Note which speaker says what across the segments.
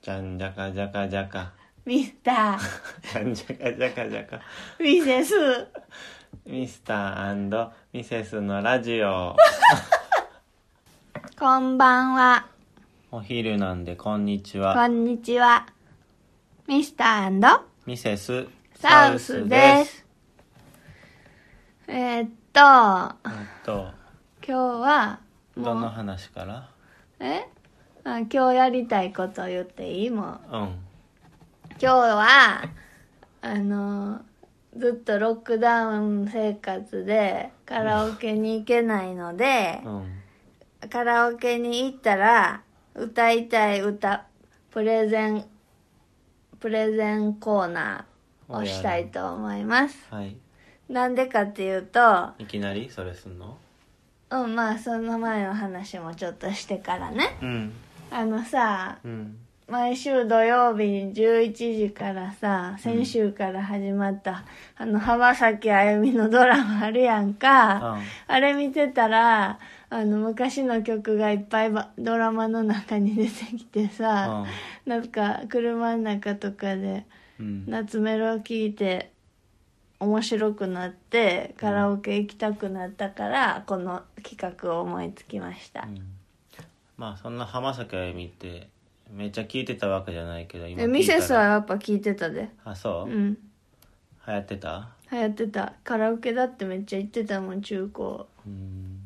Speaker 1: じゃんじゃかじゃかじゃ か。
Speaker 2: ミスター、
Speaker 1: じゃんじゃかじゃかじゃか。
Speaker 2: ミセス。
Speaker 1: ミスターミセスのラジオ。
Speaker 2: こんばんは。
Speaker 1: お昼なんでこんにち
Speaker 2: こ
Speaker 1: は。
Speaker 2: んにちは。ミスター
Speaker 1: ミセス
Speaker 2: サウスで。す。えーっと、今
Speaker 1: えっと、
Speaker 2: 日は、
Speaker 1: どの
Speaker 2: もう、
Speaker 1: 話から
Speaker 2: えあ今日やりたいこと言っていいも
Speaker 1: う
Speaker 2: う。
Speaker 1: ん。
Speaker 2: 今日は、あの、ずっとロックダウン生活でカラオケに行けないので、
Speaker 1: うん。
Speaker 2: カラオケに行ったら歌いたい歌プレゼンプレゼンコーナーをしたいと思います
Speaker 1: はい。
Speaker 2: なんでかっていうと
Speaker 1: いきなりそれすんの
Speaker 2: うんまあその前の話もちょっとしてからね
Speaker 1: うん。
Speaker 2: あのさ
Speaker 1: うん。
Speaker 2: 毎週土曜日に11時からさ先週から始まった、あの浜崎あゆみのドラマあるやんか、
Speaker 1: あ
Speaker 2: あれ見てたら、あの、昔の曲がいっぱいばドラマの中に出てきてさ、なんか、車の中とかで、
Speaker 1: うん。
Speaker 2: 夏メロ聴いて、面白くなって、カラオケ行きたくなったから、この企画を思いつきました。
Speaker 1: うんまあそんな浜崎あゆみってめっちゃ聞いてたわけじゃないけど今
Speaker 2: え、
Speaker 1: 聞
Speaker 2: ミ
Speaker 1: いたら
Speaker 2: セスはやっぱ聴いてたで。
Speaker 1: あそうう、
Speaker 2: ん。
Speaker 1: 流行ってた
Speaker 2: 流行ってた。カラオケだってめっちゃ行ってたもん、中高。
Speaker 1: うん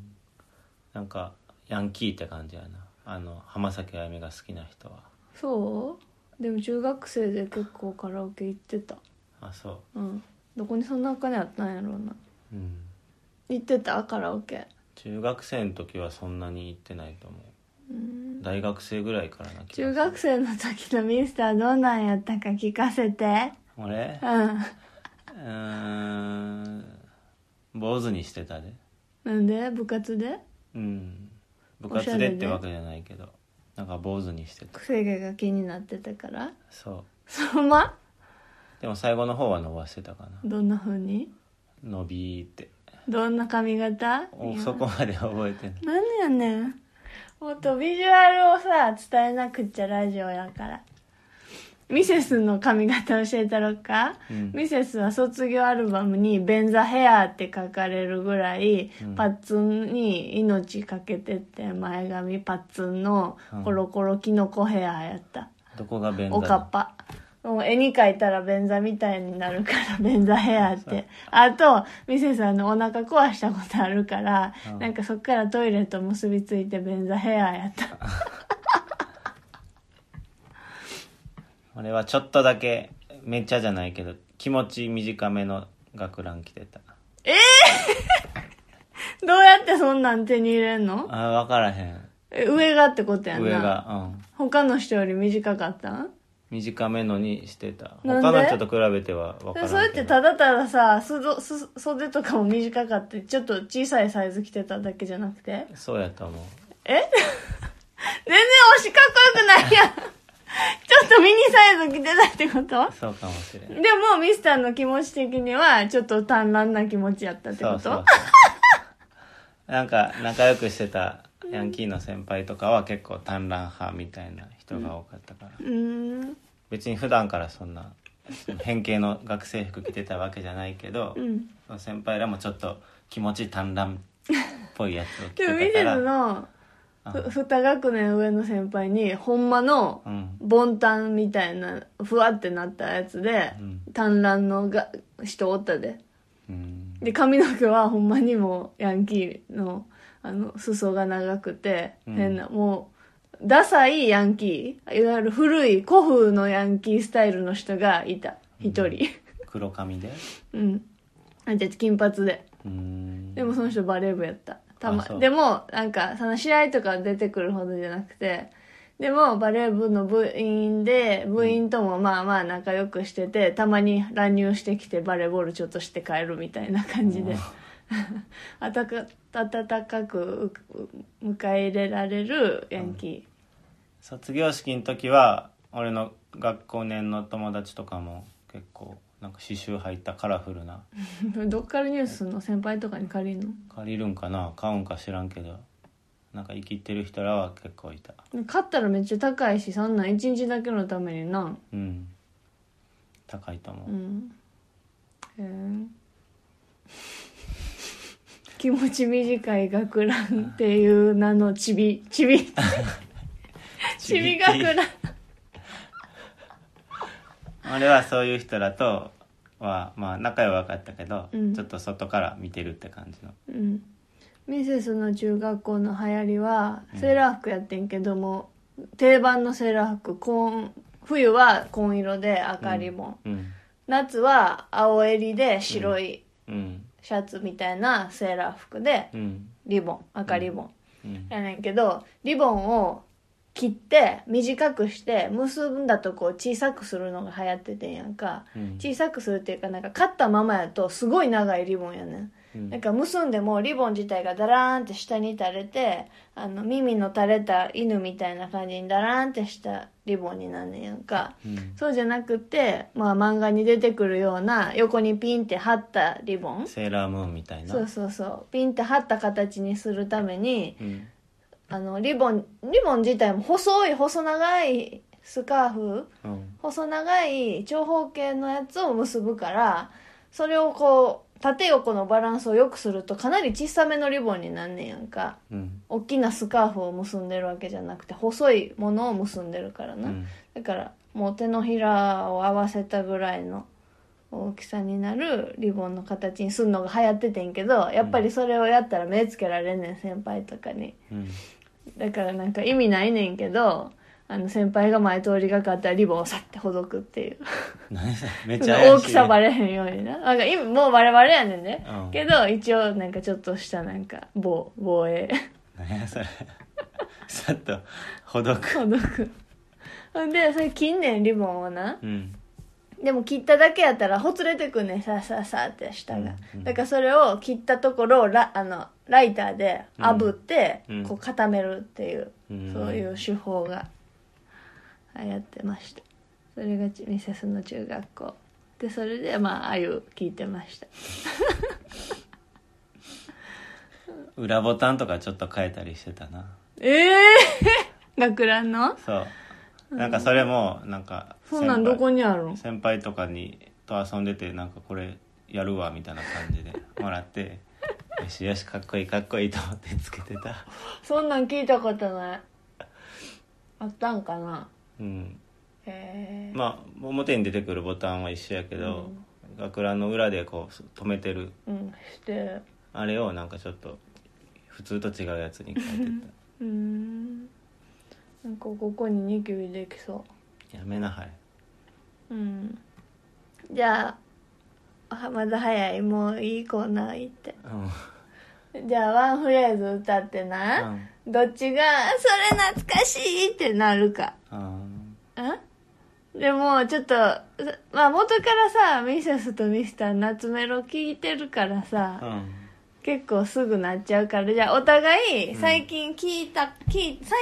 Speaker 1: なんかヤンキーって感じやなあの浜崎あゆみが好きな人は
Speaker 2: そうでも中学生で結構カラオケ行ってた。
Speaker 1: あそ
Speaker 2: うんどこにそんなお金あったんやろうな
Speaker 1: ううん
Speaker 2: 行ってたカラオケ
Speaker 1: 中学生の時はそんなに行ってないと思う
Speaker 2: うん
Speaker 1: 大学生ぐらいからな気が
Speaker 2: 中
Speaker 1: する
Speaker 2: 学生の時のミスターどんなんやったか聞かせて
Speaker 1: 俺
Speaker 2: うん
Speaker 1: うーん坊主にしてたで
Speaker 2: なんで部活で
Speaker 1: うん部
Speaker 2: おしゃ
Speaker 1: 活で
Speaker 2: れね
Speaker 1: ってわけじゃないけどなんか坊主にしてた
Speaker 2: 癖毛が気になってたから
Speaker 1: そう
Speaker 2: そんま
Speaker 1: でも最後の方は伸ばしてたかな
Speaker 2: どんな風に
Speaker 1: 伸びーって
Speaker 2: どんな髪型い
Speaker 1: お
Speaker 2: や
Speaker 1: そこまで覚えてない
Speaker 2: なんでやねんもっとビジュアルをさ伝えなくっちゃラジオやからミセスの髪型教えたろっか、
Speaker 1: うん
Speaker 2: ミセスは卒業アルバムに「ベンザヘア」って書かれるぐらい、
Speaker 1: うん
Speaker 2: パッツンに命かけてて前髪パッツンのコロコロキノコヘアやった、
Speaker 1: どこが便座
Speaker 2: おかっぱもう絵に描いたら便座みたいになるから 便座ヘアってあとミセさんのお腹壊したことあるから、
Speaker 1: うん
Speaker 2: なんかそっからトイレと結びついて便座ヘアやった
Speaker 1: 俺はちょっとだけめっちゃじゃないけど気持ち短めの学ラン着てた
Speaker 2: どうやってそんなん手に入れんの
Speaker 1: あ分からへん
Speaker 2: え上がってことやんな
Speaker 1: 上がうん
Speaker 2: 他の人より短かったん
Speaker 1: 短めのにしてた
Speaker 2: なんで
Speaker 1: 他の人と比べては分からんけど
Speaker 2: それってただたださすどす袖とかも短かってちょっと小さいサイズ着てただけじゃなくて
Speaker 1: そうやと思う
Speaker 2: 全然推しかっこよくないやん ちょっとミニサイズ着てたってこと
Speaker 1: そうかもしれん
Speaker 2: でもミスターの気持ち的にはちょっと短乱な気持ちやったっ
Speaker 1: そ
Speaker 2: てこと
Speaker 1: うそうそう なんか仲良くしてたヤンキーの先輩とかは結構短乱派みたいな人が多かったから、
Speaker 2: うーん
Speaker 1: 別に普段からそんな変形の学生服着てたわけじゃないけど、
Speaker 2: うん
Speaker 1: その先輩らもちょっと気持ち短乱っぽいやつを着
Speaker 2: でもミ
Speaker 1: て
Speaker 2: セ
Speaker 1: た
Speaker 2: ス
Speaker 1: から
Speaker 2: のふ2学年上の先輩にほんまの
Speaker 1: うん
Speaker 2: ボンタンみたいなふわってなったやつで
Speaker 1: うん
Speaker 2: 短乱のが人おったで
Speaker 1: うん
Speaker 2: で髪の毛はほんまにもうヤンキーのあの裾が長くて
Speaker 1: うん
Speaker 2: 変な、もうダサいヤンキーいわゆる古い古風のヤンキースタイルの人がいた一人。
Speaker 1: 黒髪で
Speaker 2: うん。あ、じゃあ金髪で。
Speaker 1: うん
Speaker 2: でもその人バレー部やった。たま
Speaker 1: あそ、う
Speaker 2: でも、なんか、その試合とか出てくるほどじゃなくて、でも、バレー部の部員で、部員ともまあまあ仲良くしてて、たまに乱入してきてバレーボールちょっとして帰るみたいな感じで、あたか、温かくう迎え入れられるヤンキ
Speaker 1: 卒業式の時は俺の学校年の友達とかも結構なんか刺繍入ったカラフルな
Speaker 2: ー。どっからニュースの先輩とかに借りるの
Speaker 1: 借りるんかな買うんか知らんけどなんか生きてる人らは結構いた
Speaker 2: 勝ったらめっちゃ高いしそんなん一日だけのためにな
Speaker 1: うん高いと思う、
Speaker 2: うんへえ気持ち短い学ランっていう名のちびちび ちび学ラン
Speaker 1: 俺はそういう人らとはまあ仲は分かったけど、
Speaker 2: うん
Speaker 1: ちょっと外から見てるって感じの
Speaker 2: うんミセスの中学校の流行りは
Speaker 1: うん
Speaker 2: セーラー服やってんけども、定番のセーラー服紺冬は紺色で赤リボン、
Speaker 1: うん
Speaker 2: 夏は青襟で白い
Speaker 1: うん
Speaker 2: シャツみたいなセーラー服で
Speaker 1: うん
Speaker 2: リボン赤リボン、
Speaker 1: うん
Speaker 2: やねんけどリボンを切って短くして結んだとこを小さくするのが流行っててんやんか
Speaker 1: うん
Speaker 2: 小さくするっていうかなんか買ったままやとすごい長いリボンやねん
Speaker 1: うん
Speaker 2: なんか結んでもリボン自体がダラーンって下に垂れてあの耳の垂れた犬みたいな感じにダラーンってしたリボンになんねんやんか
Speaker 1: うん
Speaker 2: そうじゃなくて、まあ、漫画に出てくるような横にピンって張ったリボン
Speaker 1: セーラームーンみたいな
Speaker 2: そうそうそうピンって張った形にするために
Speaker 1: うん
Speaker 2: あのリボンリボン自体も細い細長いスカーフ
Speaker 1: うん
Speaker 2: 細長い長方形のやつを結ぶからそれをこう縦横のバランスを良くするとかなり小さめのリボンになんねんやんか
Speaker 1: うん
Speaker 2: 大きなスカーフを結んでるわけじゃなくて細いものを結んでるから
Speaker 1: う
Speaker 2: な、
Speaker 1: ん
Speaker 2: だからもう手のひらを合わせたぐらいの大きさになるリボンの形にすんのが流行っててんけどやっぱりそれをやったら目つけられんねん先輩とかに。
Speaker 1: うん
Speaker 2: だからなんか意味ないねんけどあの先輩が前通りがかったらリボンをさってほどくっていう
Speaker 1: 何それめっちゃ怪しい
Speaker 2: 大きさバレへんようにななんか今もうバレバレやねんね、
Speaker 1: うん
Speaker 2: けど一応なんかちょっとしたなんか防防衛
Speaker 1: 何やそれさっとほどく
Speaker 2: ほどくほんでそれ近年リボンをな
Speaker 1: うん
Speaker 2: でも切っただけやったらほつれてくんねんさあさあさあって下が、
Speaker 1: うんうん
Speaker 2: だからそれを切ったところをラあのライターで炙って、
Speaker 1: うん
Speaker 2: こう固めるっていう
Speaker 1: うん
Speaker 2: そういう手法が流行ってましたそれがミセスの中学校でそれでまああゆ聞いてました
Speaker 1: 裏ボタンとかちょっと変えたりしてたな
Speaker 2: ええー、 学ランの
Speaker 1: そうなんかそれもなんか
Speaker 2: そんなんどこにあるん
Speaker 1: 先輩とかにと遊んでてなんかこれやるわみたいな感じでもらってよしよしかっこいいかっこいいと思ってつけてた
Speaker 2: そんなん聞いたことないあったんかな
Speaker 1: うん
Speaker 2: へえ
Speaker 1: まあ表に出てくるボタンは一緒やけど、学ランの裏でこう止めてる
Speaker 2: うんして
Speaker 1: あれをなんかちょっと普通と違うやつに変えて
Speaker 2: うーんなんかここにニキビできそ
Speaker 1: たやめなはれ
Speaker 2: ううんじゃあはまだ早いもういいコーナー行って
Speaker 1: うん、うん
Speaker 2: じゃあワンフレーズ歌ってな、どっちが「それ懐かしい!」ってなるか
Speaker 1: うん
Speaker 2: んでもちょっとまあ元からさミセスとミスター夏メロ聞いてるからさ、
Speaker 1: うん
Speaker 2: 結構すぐなっちゃうからじゃあお互い最近聞いた、聞い最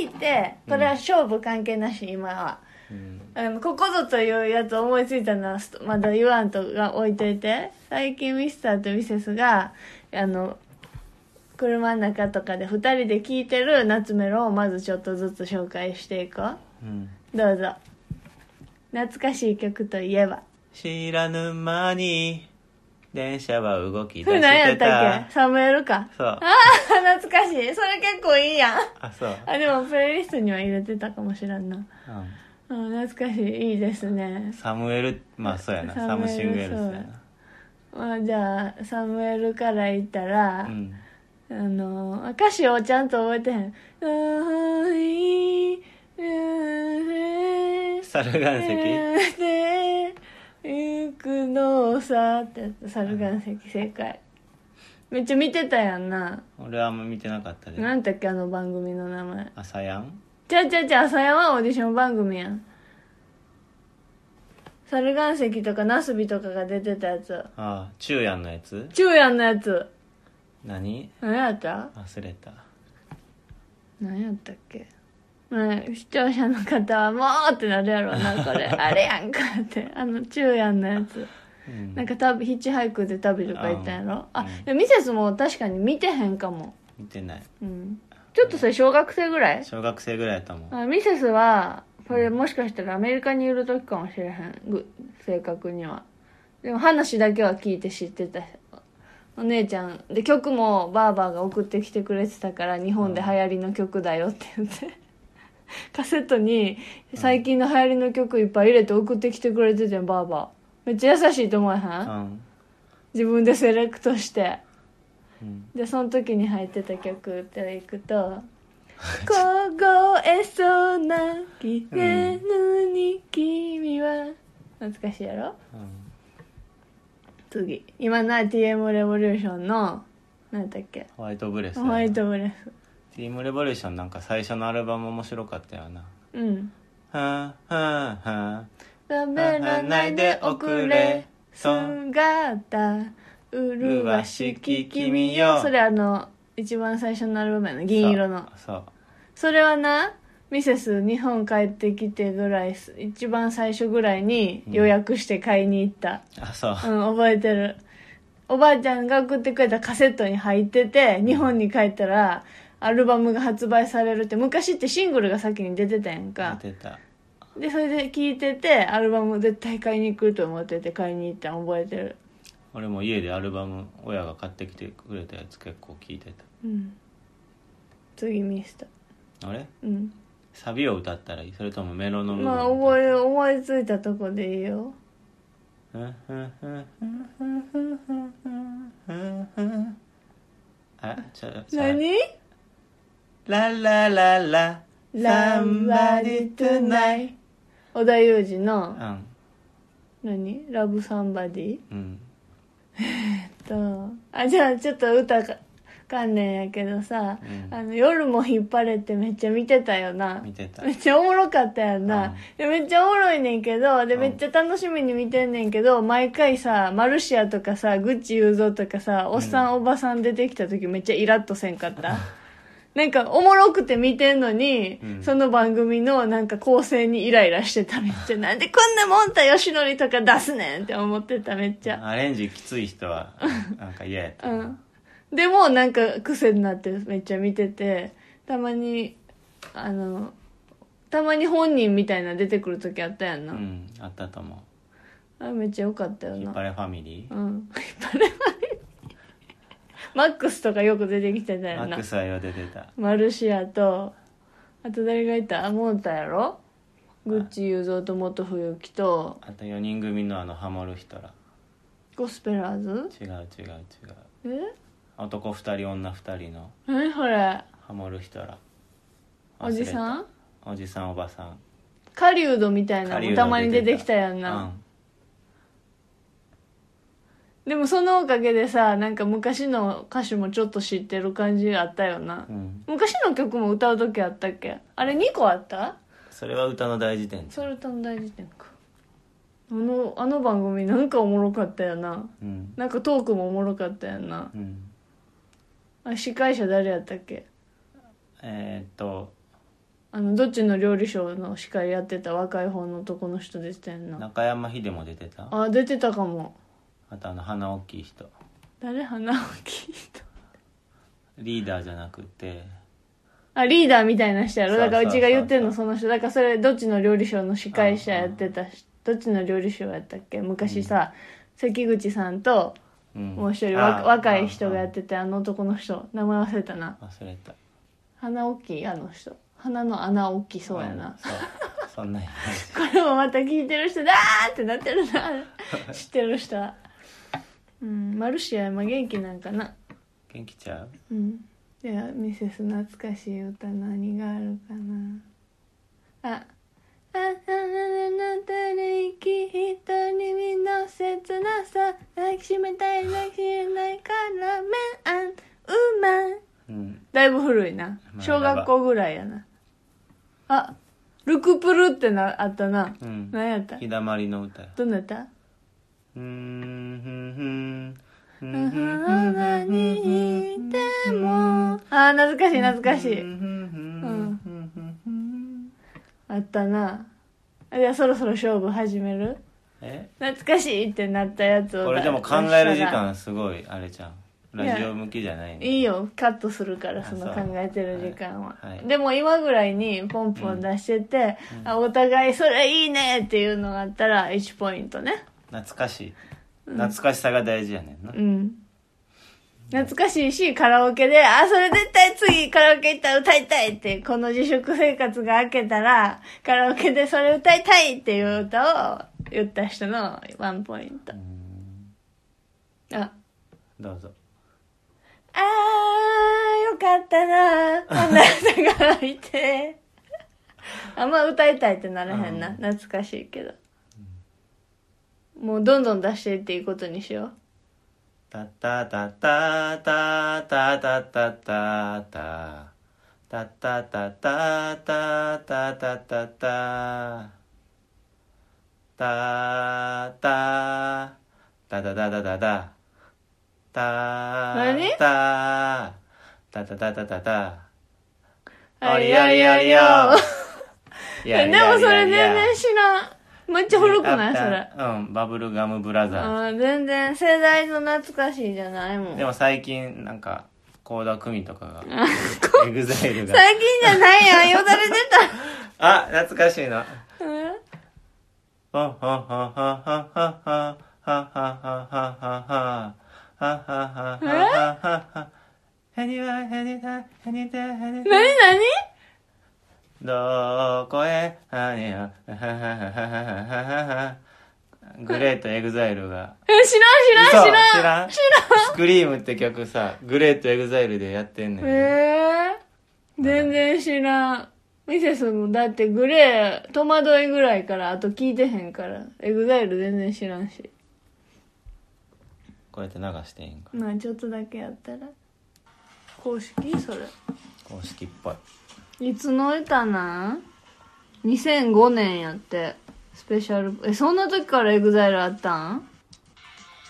Speaker 2: 近聞いてこれは勝負関係なし今は、
Speaker 1: うん
Speaker 2: あのここぞというやつ思いついたのはすまだ言わんとが置いといて最近ミスターとミセスがあの車の中とかで2人で聴いてる夏メロをまずちょっとずつ紹介していこ
Speaker 1: うん
Speaker 2: うどうぞ懐かしい曲といえば
Speaker 1: 知らぬ間に電車は動き出
Speaker 2: これ何
Speaker 1: し
Speaker 2: や
Speaker 1: て
Speaker 2: った
Speaker 1: た
Speaker 2: っけサムエルか
Speaker 1: そう
Speaker 2: ああ懐かしいそれ結構いいやん
Speaker 1: あそう、
Speaker 2: あでもプレイリストには入れてたかもしらんな
Speaker 1: う
Speaker 2: うん懐かしいいいですね
Speaker 1: ん、サムエルまあそうやなサ
Speaker 2: サム
Speaker 1: ム
Speaker 2: エル
Speaker 1: シングエルスやな
Speaker 2: まあじゃあサムエルから言ったら
Speaker 1: う、ん
Speaker 2: あの歌詞をちゃんと覚えてへん「愛
Speaker 1: 猿岩石
Speaker 2: で行くのさ」ってやつ猿岩石正解めっちゃ見てたやんな
Speaker 1: 俺はあんま見てなかったで
Speaker 2: なんだっけあの番組の名前
Speaker 1: 朝やん
Speaker 2: ちゃうちゃうちゃう朝山はオーディション番組やん猿岩石とかナスビとかが出てたやつ
Speaker 1: ああ昼夜のやつ
Speaker 2: 昼夜のやつ
Speaker 1: 何
Speaker 2: 何やった
Speaker 1: 忘れた
Speaker 2: 何やったっけ、まあ、視聴者の方は「もう!」ってなるやろうなこれあれやんかってあの昼夜のやつ
Speaker 1: うん
Speaker 2: なんか旅ヒッチハイクで旅とか行ったんやろあ
Speaker 1: うん
Speaker 2: でもミセスも確かに見てへんかも
Speaker 1: 見てない
Speaker 2: うんちょっとそれ小学生ぐらい
Speaker 1: 小学生ぐらいやったもん
Speaker 2: あミセスはこれもしかしたらアメリカにいる時かもしれへんぐ正確にはでも話だけは聞いて知ってたお姉ちゃんで曲もバーバーが送ってきてくれてたから日本で流行りの曲だよって 言ってカセットに最近の流行りの曲いっぱい入れて送ってきてくれててんバーバーめっちゃ優しいと思えへ
Speaker 1: うんん、
Speaker 2: 自分でセレクトして
Speaker 1: うん、
Speaker 2: でその時に入ってた曲っていくと「凍えそうなきれぬに君は」懐かしいやろ
Speaker 1: うん
Speaker 2: 次今のは TM レボリューションの何だっけ
Speaker 1: ホワイトブレス
Speaker 2: ホワイトブレス
Speaker 1: ティームレボリューションなんか最初のアルバム面白かったよな
Speaker 2: うん
Speaker 1: はあはあはあ
Speaker 2: 「食べらないでおくれ姿うるわしき君よ」それあの一番最初のアルバムやな銀色の
Speaker 1: そうそう
Speaker 2: それはなミセス日本帰ってきてぐらいす一番最初ぐらいに予約して買いに行った、
Speaker 1: あそう
Speaker 2: うん覚えてるおばあちゃんが送ってくれたカセットに入ってて日本に帰ったらアルバムが発売されるって昔ってシングルが先に出てたやん
Speaker 1: や
Speaker 2: か
Speaker 1: ってた
Speaker 2: でそれで聞いててアルバム絶対買いに来ると思ってて買いに行ったの覚えてる
Speaker 1: 俺も家でアルバム親が買ってきてくれたやつ結構聞いて
Speaker 2: うん次ミスター
Speaker 1: たあれ
Speaker 2: うん
Speaker 1: サビを歌ったらいいそれともメロの部分
Speaker 2: まあ覚え思いついたとこでいいよ
Speaker 1: うんうんうんうんうんうんうんうんうんあちょちょ
Speaker 2: 何
Speaker 1: ララララ Somebody tonight
Speaker 2: 織田裕二
Speaker 1: う
Speaker 2: の
Speaker 1: ん
Speaker 2: 何ラブサンバディ
Speaker 1: うん
Speaker 2: とあじゃあちょっと歌か関連やけどさ、
Speaker 1: うん
Speaker 2: あの夜も引っ張れってめっちゃ見てたよな
Speaker 1: 見てた
Speaker 2: めっちゃおもろかったやんな、
Speaker 1: うん
Speaker 2: でめっちゃおもろいねんけどで
Speaker 1: うん
Speaker 2: めっちゃ楽しみに見てんねんけど毎回さマルシアとかさグッチ雄三とかさおっさん、おばさん出てきた時めっちゃイラッとせんかったなんかおもろくて見てんのに、
Speaker 1: うん
Speaker 2: その番組のなんか構成にイライラしてためっちゃなんでこんなもんたよしのりとか出すねんって思ってためっちゃ
Speaker 1: アレンジきつい人 はなんか嫌やった
Speaker 2: う
Speaker 1: な、
Speaker 2: んでもなんか癖になってめっちゃ見ててたまにあのたまに本人みたいなの出てくる時あったやんな、
Speaker 1: うん、あったと思
Speaker 2: あれめっちゃ良かったよ
Speaker 1: う。ヒ
Speaker 2: な
Speaker 1: ッパレファミリ
Speaker 2: う
Speaker 1: ー。
Speaker 2: ん引っ張ればいいマックスとかよく出てきてたよ
Speaker 1: マッ
Speaker 2: な
Speaker 1: クスはよう出てた。
Speaker 2: マルシアとあと誰がいたあモンタやろグッチ雄三と元冬樹と
Speaker 1: あと4人組のあのハモる人ら。
Speaker 2: ゴスペラーズ
Speaker 1: 違う違う違う。
Speaker 2: え
Speaker 1: 男2人女2人の
Speaker 2: 何それ
Speaker 1: ハモる人ら。
Speaker 2: おじさん
Speaker 1: んおじさんおばさん。
Speaker 2: 狩人みたいなの
Speaker 1: 狩
Speaker 2: も
Speaker 1: 人
Speaker 2: たまに出てきたやんな、でもそのおかげでさなんか昔の歌手もちょっと知ってる感じあったよな、
Speaker 1: うん。うん。
Speaker 2: 昔の曲も歌う時あったっけあれ2個あった
Speaker 1: それは歌の大辞典
Speaker 2: ソルタン大辞典かあのあの番組なんかおもろかったよな
Speaker 1: うん。
Speaker 2: なんかトークもおもろかったよな
Speaker 1: うん。
Speaker 2: あ司会者誰やったっけ
Speaker 1: えーっと、
Speaker 2: あのどっちの料理ショーの司会やってた若い方の男の人でしたよな
Speaker 1: 中山秀も出てた。
Speaker 2: あ出てたかも
Speaker 1: あとあの鼻大きい人。
Speaker 2: 誰花を聞いた
Speaker 1: リーダーじゃなくて、
Speaker 2: あリーダーみたいな人やろだか
Speaker 1: そ
Speaker 2: ら
Speaker 1: う
Speaker 2: う
Speaker 1: そうそうそう
Speaker 2: ちが言ってんのその人だからそれどっちの料理ショーの司会者やってたしどっちの料理ショーやったっけ昔さ、関口さんと
Speaker 1: うん
Speaker 2: もう一人わ
Speaker 1: あー
Speaker 2: 若い人がやっててあの男の人名前忘れたな
Speaker 1: あ忘れた。
Speaker 2: 鼻大きいあの人鼻の穴大きそうやな、
Speaker 1: んそう。そんなイメージ
Speaker 2: これもまた聞いてる人だーってなってるな 知ってる人はうんマルシア今元気なんかな
Speaker 1: 元気ちゃう
Speaker 2: うんじゃあミセス懐かしい歌何があるかなあああなたで生き人に身の切なさ抱きしめたい抱きしめないからめんあんうまん
Speaker 1: うん
Speaker 2: だいぶ古いな
Speaker 1: まあ
Speaker 2: 小学校ぐらいやなあルクプルってなあったな
Speaker 1: うん
Speaker 2: 何やった
Speaker 1: 日だまりの歌
Speaker 2: どんなやった
Speaker 1: うーんふんふんふんふんふん
Speaker 2: 花にいてもあー懐かしい懐かし
Speaker 1: ふ
Speaker 2: い
Speaker 1: んふんふんふんふんふん
Speaker 2: あったなあじゃあそろそろ勝負始める
Speaker 1: え
Speaker 2: 懐かしいってなったやつを
Speaker 1: これでも考える時間すごいあれじゃんラジオ向きじゃないね
Speaker 2: いいよカットするから
Speaker 1: あ
Speaker 2: その
Speaker 1: そ
Speaker 2: 考
Speaker 1: う
Speaker 2: えてる時間は、
Speaker 1: はいはい
Speaker 2: でも今ぐらいにポンポン出してて、あお互いそれいいねっていうのがあったら1ポイントね
Speaker 1: 懐かしい懐かしさが大事やねんな、
Speaker 2: うん懐かしいしカラオケで「あそれ絶対次カラオケ行ったら歌いたい」ってこの自粛生活が明けたらカラオケでそれ歌いたいっていう歌を言った人のワンポイントあ
Speaker 1: どうぞ
Speaker 2: あー、よかったなあなたがいて。あんま歌いたいってならへんな。
Speaker 1: うん
Speaker 2: 懐かしいけど。もうどんどん出していっていいことにしよ
Speaker 1: タタタタタタタタタタタタタタタタタタタタタタタタタタタタ
Speaker 2: 何
Speaker 1: タタタタタタタ
Speaker 2: う。あ
Speaker 1: おりおりおりおりいやいやい
Speaker 2: で
Speaker 1: やい
Speaker 2: も
Speaker 1: や
Speaker 2: それ全然知らん。めっちゃ古くないそれ。
Speaker 1: うんバブルガムブラザーズ
Speaker 2: うん、全然世代の懐かしいじゃないもん。
Speaker 1: でも最近なんか倖田來未とかがエグザイルが
Speaker 2: 最近じゃないやん。よだれ出
Speaker 1: あ懐かしいな
Speaker 2: た。うん
Speaker 1: ほんほんほんほんほんほんほんほんほんほんほんほんほんほんほんほんほんほんほんほんほん Anywhere, anytime, anytime, anytime
Speaker 2: なになに
Speaker 1: どこへ何をグレートエグザイルが
Speaker 2: え知らん知らん知らん。
Speaker 1: 嘘知らんスクリームって曲さグレートエグザイルでやってんねん
Speaker 2: へえ全然知らんミセスもだってグレー戸惑いぐらいからあと聞いてへんからエグザイル全然知らんし
Speaker 1: こうやって流していいんか
Speaker 2: まあちょっとだけやったら公式それ
Speaker 1: 公式っぽい
Speaker 2: いつの歌なん2005年やってスペシャルえそんな時からエグザイルあったん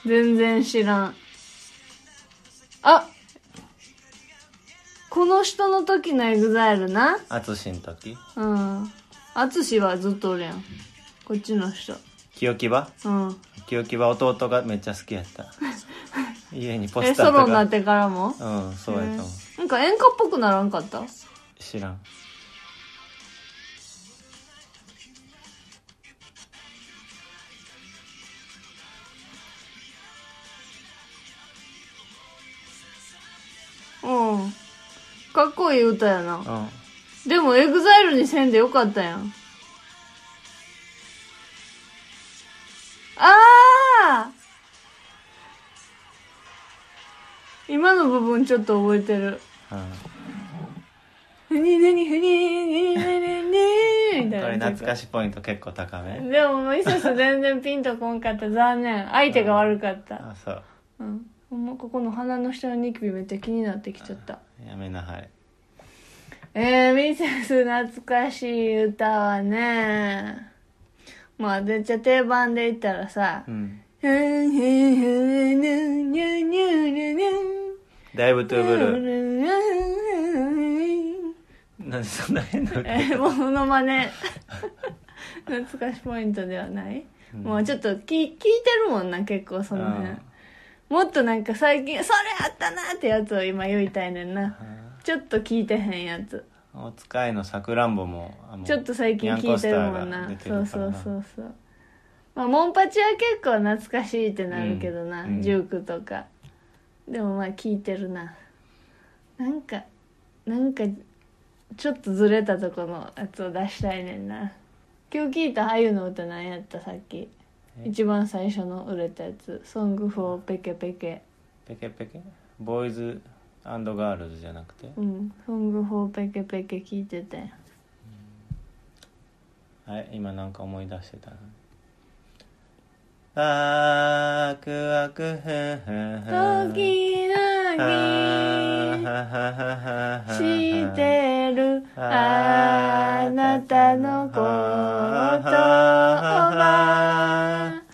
Speaker 2: 全然知らんあこの人の時のエグザイルな
Speaker 1: 淳の時
Speaker 2: うん。淳はずっとおるやん。こっちの人。
Speaker 1: 清木場
Speaker 2: うん。
Speaker 1: 清木場弟がめっちゃ好きやった 家にポ
Speaker 2: え、
Speaker 1: スタ
Speaker 2: ソ
Speaker 1: ー
Speaker 2: ロ
Speaker 1: と
Speaker 2: にな
Speaker 1: か
Speaker 2: ってから
Speaker 1: う
Speaker 2: も
Speaker 1: んそうやと思う
Speaker 2: なんか演歌っぽくならんかった
Speaker 1: 知らん
Speaker 2: うん。かっこいい歌やな
Speaker 1: う。ん
Speaker 2: でも、エグザイルにせんでよかったやん。ああ今の部分ちょっと覚えてる。
Speaker 1: うん
Speaker 2: ふにねにふにねにねにねみたい
Speaker 1: こ
Speaker 2: な。
Speaker 1: れ懐かしいポイント結構高め
Speaker 2: でもミセス全然ピンとこんかった残念相手が悪かった
Speaker 1: あそう
Speaker 2: うんほんまここの鼻の下のニキビめっちゃ気になってきちゃった
Speaker 1: やめなはい
Speaker 2: えー、ミセス懐かしい歌はねまあめっちゃ定番で言ったらさ
Speaker 1: うん
Speaker 2: 「ふんふんふんぬんぬんぬんぬんぬん
Speaker 1: だいぶトゥーブルー
Speaker 2: ぬん
Speaker 1: なんでそんな変な歌
Speaker 2: えー、ものまね懐かしポイントではない、もうちょっとき聞いてるもんな結構その辺、
Speaker 1: うん
Speaker 2: もっとなんか最近「それあったな!」ってやつを今言いたいねんな
Speaker 1: うん
Speaker 2: ちょっと聞いてへんやつ
Speaker 1: お使いのさくらんぼもあの
Speaker 2: ちょっと最近聞いてるもんな
Speaker 1: ニャンコスター
Speaker 2: そ
Speaker 1: が
Speaker 2: う
Speaker 1: 出てるか
Speaker 2: そ
Speaker 1: ら
Speaker 2: う
Speaker 1: な
Speaker 2: そうそうまあモンパチは結構懐かしいってなるけどな、
Speaker 1: うんうん
Speaker 2: ジュークとかでもまあ聞いてるななんかなんかちょっとずれたとこのやつを出したいねんな今日聞いたあゆの歌何やったさっき
Speaker 1: え
Speaker 2: 一番最初の売れたやつ「ソングフォーペケペケ」
Speaker 1: ペケペケボーイズガールズじゃなくて
Speaker 2: うん「ソングフォーペケペケ」聞いてたよ
Speaker 1: はい、今なんか思い出してたな。あーくあくふんふん
Speaker 2: 「
Speaker 1: ふん。
Speaker 2: 時々してるあなたのことを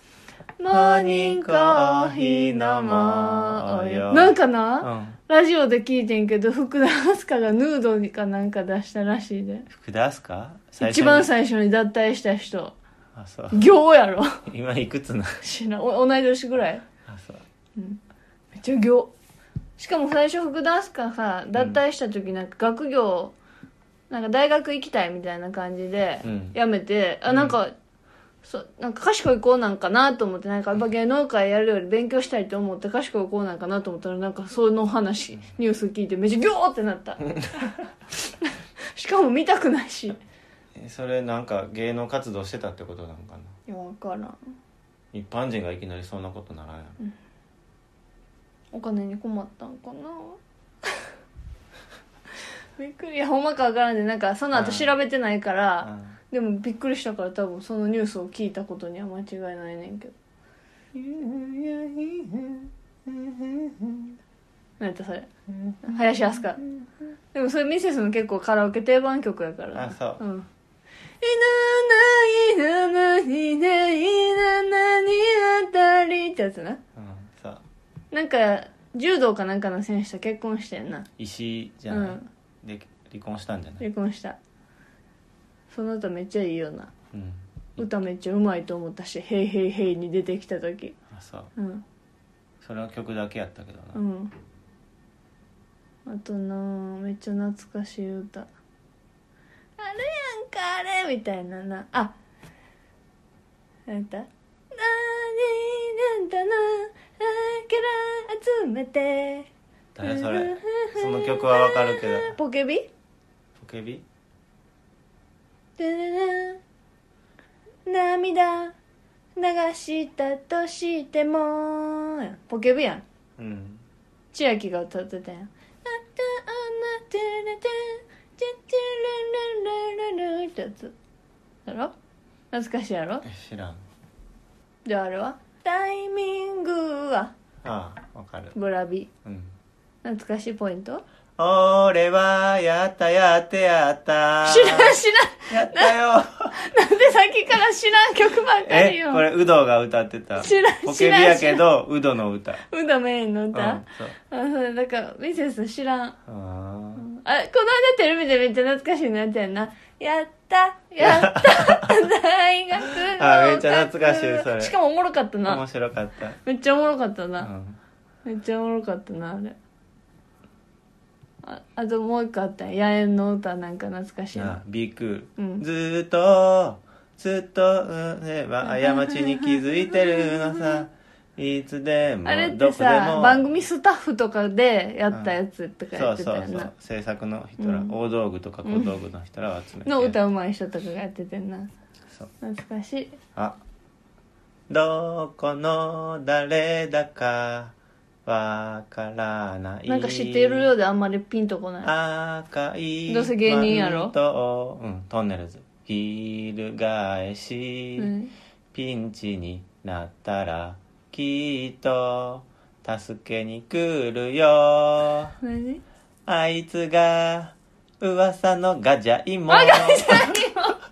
Speaker 2: モーニングコーヒー飲もうよなんか
Speaker 1: う
Speaker 2: な、
Speaker 1: ん。
Speaker 2: ラジオで聞いてんけど福田明日香がヌードにかなんか出したらしいで
Speaker 1: 福田明日香最初
Speaker 2: 一
Speaker 1: に
Speaker 2: 番最初に脱退した人
Speaker 1: あ、そう。
Speaker 2: 行やろ
Speaker 1: 今いくつな
Speaker 2: 知らんお同い年ぐらい
Speaker 1: あ、そう。
Speaker 2: めっちゃ行しかも最初副ダンスからさ脱退した時なんか学業なんか大学行きたいみたいな感じで
Speaker 1: うん
Speaker 2: 辞めて、あなんか、そうなんか賢い子なんかなと思ってなんかやっぱ芸能界やるより勉強したいと思って賢い子なんかなと思ったらなんかその話ニュース聞いてめっちゃギョーってなった しかも見たくないしい
Speaker 1: えそれなんか芸能活動してたってことなんかな
Speaker 2: や分からん
Speaker 1: 一般人がいきなりそんなことならんやろ
Speaker 2: お金に困ったんかなびっくりいやほんまかわからんで、なんかその後
Speaker 1: うん
Speaker 2: 調べてないから、
Speaker 1: うん
Speaker 2: でもびっくりしたから多分そのニュースを聞いたことには間違いないねんけど何やったそれ林飛鳥でもそれミセスの結構カラオケ定番曲やからな
Speaker 1: あそうん
Speaker 2: いなないなないないなにあたりってやつな
Speaker 1: うんさ
Speaker 2: なんか柔道かなんかの選手と結婚してんな
Speaker 1: 石井じゃない、
Speaker 2: うん
Speaker 1: で離婚したんじゃない、
Speaker 2: 離婚したその歌めっちゃいいよな
Speaker 1: うん、
Speaker 2: 歌めっちゃうまいと思ったし「ヘイヘイヘイ」に出てきた時
Speaker 1: あそう
Speaker 2: うん
Speaker 1: それは曲だけやったけどな、
Speaker 2: うんあとなめっちゃ懐かしい歌あれやんかあれみたいななあなんだ何なんだなあけら集めて
Speaker 1: 誰それその曲はわかるけど
Speaker 2: ポケビ
Speaker 1: ポケビ
Speaker 2: で涙流したとしてもポケビやん
Speaker 1: うん
Speaker 2: 千秋が歌ってたやんってやつだろ懐かしいやろ
Speaker 1: え知らん
Speaker 2: じゃああれはタイミングは
Speaker 1: ああわかる
Speaker 2: ブラビ
Speaker 1: うん
Speaker 2: 懐かしいポイント
Speaker 1: 俺はやったやってやった
Speaker 2: 知らん知らん
Speaker 1: やった よ
Speaker 2: なんでさっきから知らん曲ばっかり
Speaker 1: え
Speaker 2: よ
Speaker 1: これウドが歌ってた
Speaker 2: 知らん
Speaker 1: ポケビやけどウドの歌
Speaker 2: うだメインの
Speaker 1: うん
Speaker 2: 歌、
Speaker 1: そう
Speaker 2: あそうだからミセス知らん
Speaker 1: あー
Speaker 2: あこの間テレビでめっちゃ懐かしいのやったやんなや ったやった大学の
Speaker 1: あめっちゃ懐かしい
Speaker 2: 学
Speaker 1: それ
Speaker 2: しかもおもろかった
Speaker 1: 面
Speaker 2: な
Speaker 1: 白かった
Speaker 2: めっちゃおもろかった
Speaker 1: う
Speaker 2: な、
Speaker 1: ん
Speaker 2: めっちゃおもろかったなあれああともう一個あったやん野猿の歌なんか懐かしい
Speaker 1: なあ
Speaker 2: な
Speaker 1: B ク
Speaker 2: う
Speaker 1: ー
Speaker 2: ん
Speaker 1: ルずーっとずっとうんねば過ちに気づいてるのさいつでも
Speaker 2: あれっ
Speaker 1: どこ
Speaker 2: て
Speaker 1: で
Speaker 2: さ
Speaker 1: も
Speaker 2: 番組スタッフとかでやったやつとか
Speaker 1: そ
Speaker 2: や
Speaker 1: う
Speaker 2: って
Speaker 1: そ
Speaker 2: たよ
Speaker 1: う
Speaker 2: な、
Speaker 1: そう制作の人ら、
Speaker 2: うん
Speaker 1: 大道具とか小道具の人らを集めて、
Speaker 2: の歌うまい人とかがやっててんな
Speaker 1: そう
Speaker 2: 懐かしい
Speaker 1: あどこの誰だかわからない
Speaker 2: なんか知ってるようであんまりピンとこない
Speaker 1: 赤い
Speaker 2: どうせ芸人やろ
Speaker 1: マントうんトンネルズ翻し、
Speaker 2: うん
Speaker 1: ピンチになったらきっと助けに来るよ
Speaker 2: 何
Speaker 1: あいつが噂のガジャイモ
Speaker 2: いや、それ